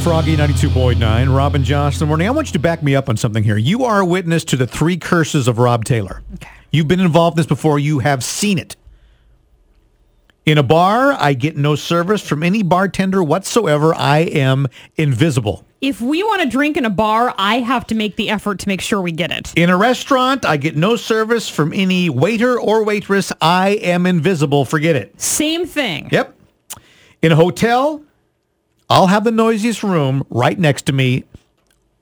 Froggy 92.9, Robin Johnson. in the Morning. I want you to back me up on something here. You are a witness to the three curses of Rob Taylor. Okay. You've been involved in this before. You have seen it. In a bar, I get no service from any bartender whatsoever. I am invisible. If we want to drink in a bar, I have to make the effort to make sure we get it. In a restaurant, I get no service from any waiter or waitress. I am invisible. Forget it. Same thing. Yep. In a hotel, I'll have the noisiest room right next to me.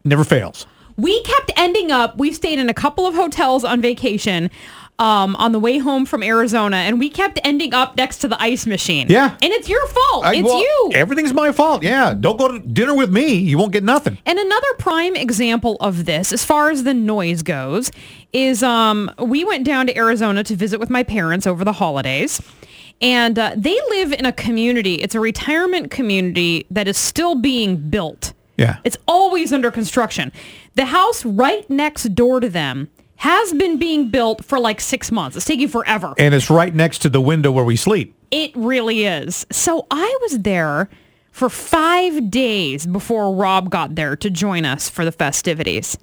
Never fails. We kept ending up, we've stayed in a couple of hotels on vacation um, on the way home from Arizona, and we kept ending up next to the ice machine. Yeah. And it's your fault. I- it's well, you. Everything's my fault. Yeah. Don't go to dinner with me. You won't get nothing. And another prime example of this, as far as the noise goes, is um, we went down to Arizona to visit with my parents over the holidays. And uh, they live in a community. It's a retirement community that is still being built. Yeah. It's always under construction. The house right next door to them has been being built for like six months. It's taking forever. And it's right next to the window where we sleep. It really is. So I was there for five days before Rob got there to join us for the festivities.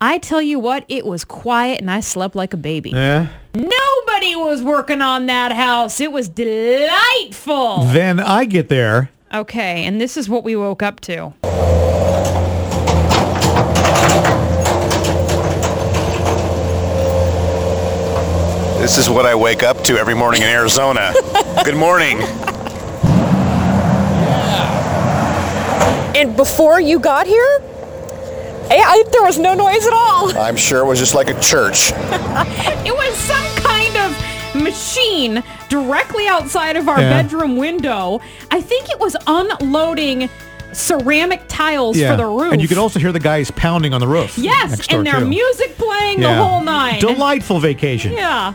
I tell you what, it was quiet and I slept like a baby. Yeah. Nobody was working on that house. It was delightful. Then I get there. Okay, and this is what we woke up to. This is what I wake up to every morning in Arizona. Good morning. And before you got here, I, I, there was no noise at all. I'm sure it was just like a church. It was some kind of machine directly outside of our Yeah. bedroom window. I think it was unloading ceramic tiles for the roof. And you can also hear the guys pounding on the roof. Yes, next door, and their too. music playing Yeah. the whole nine. Delightful vacation. yeah.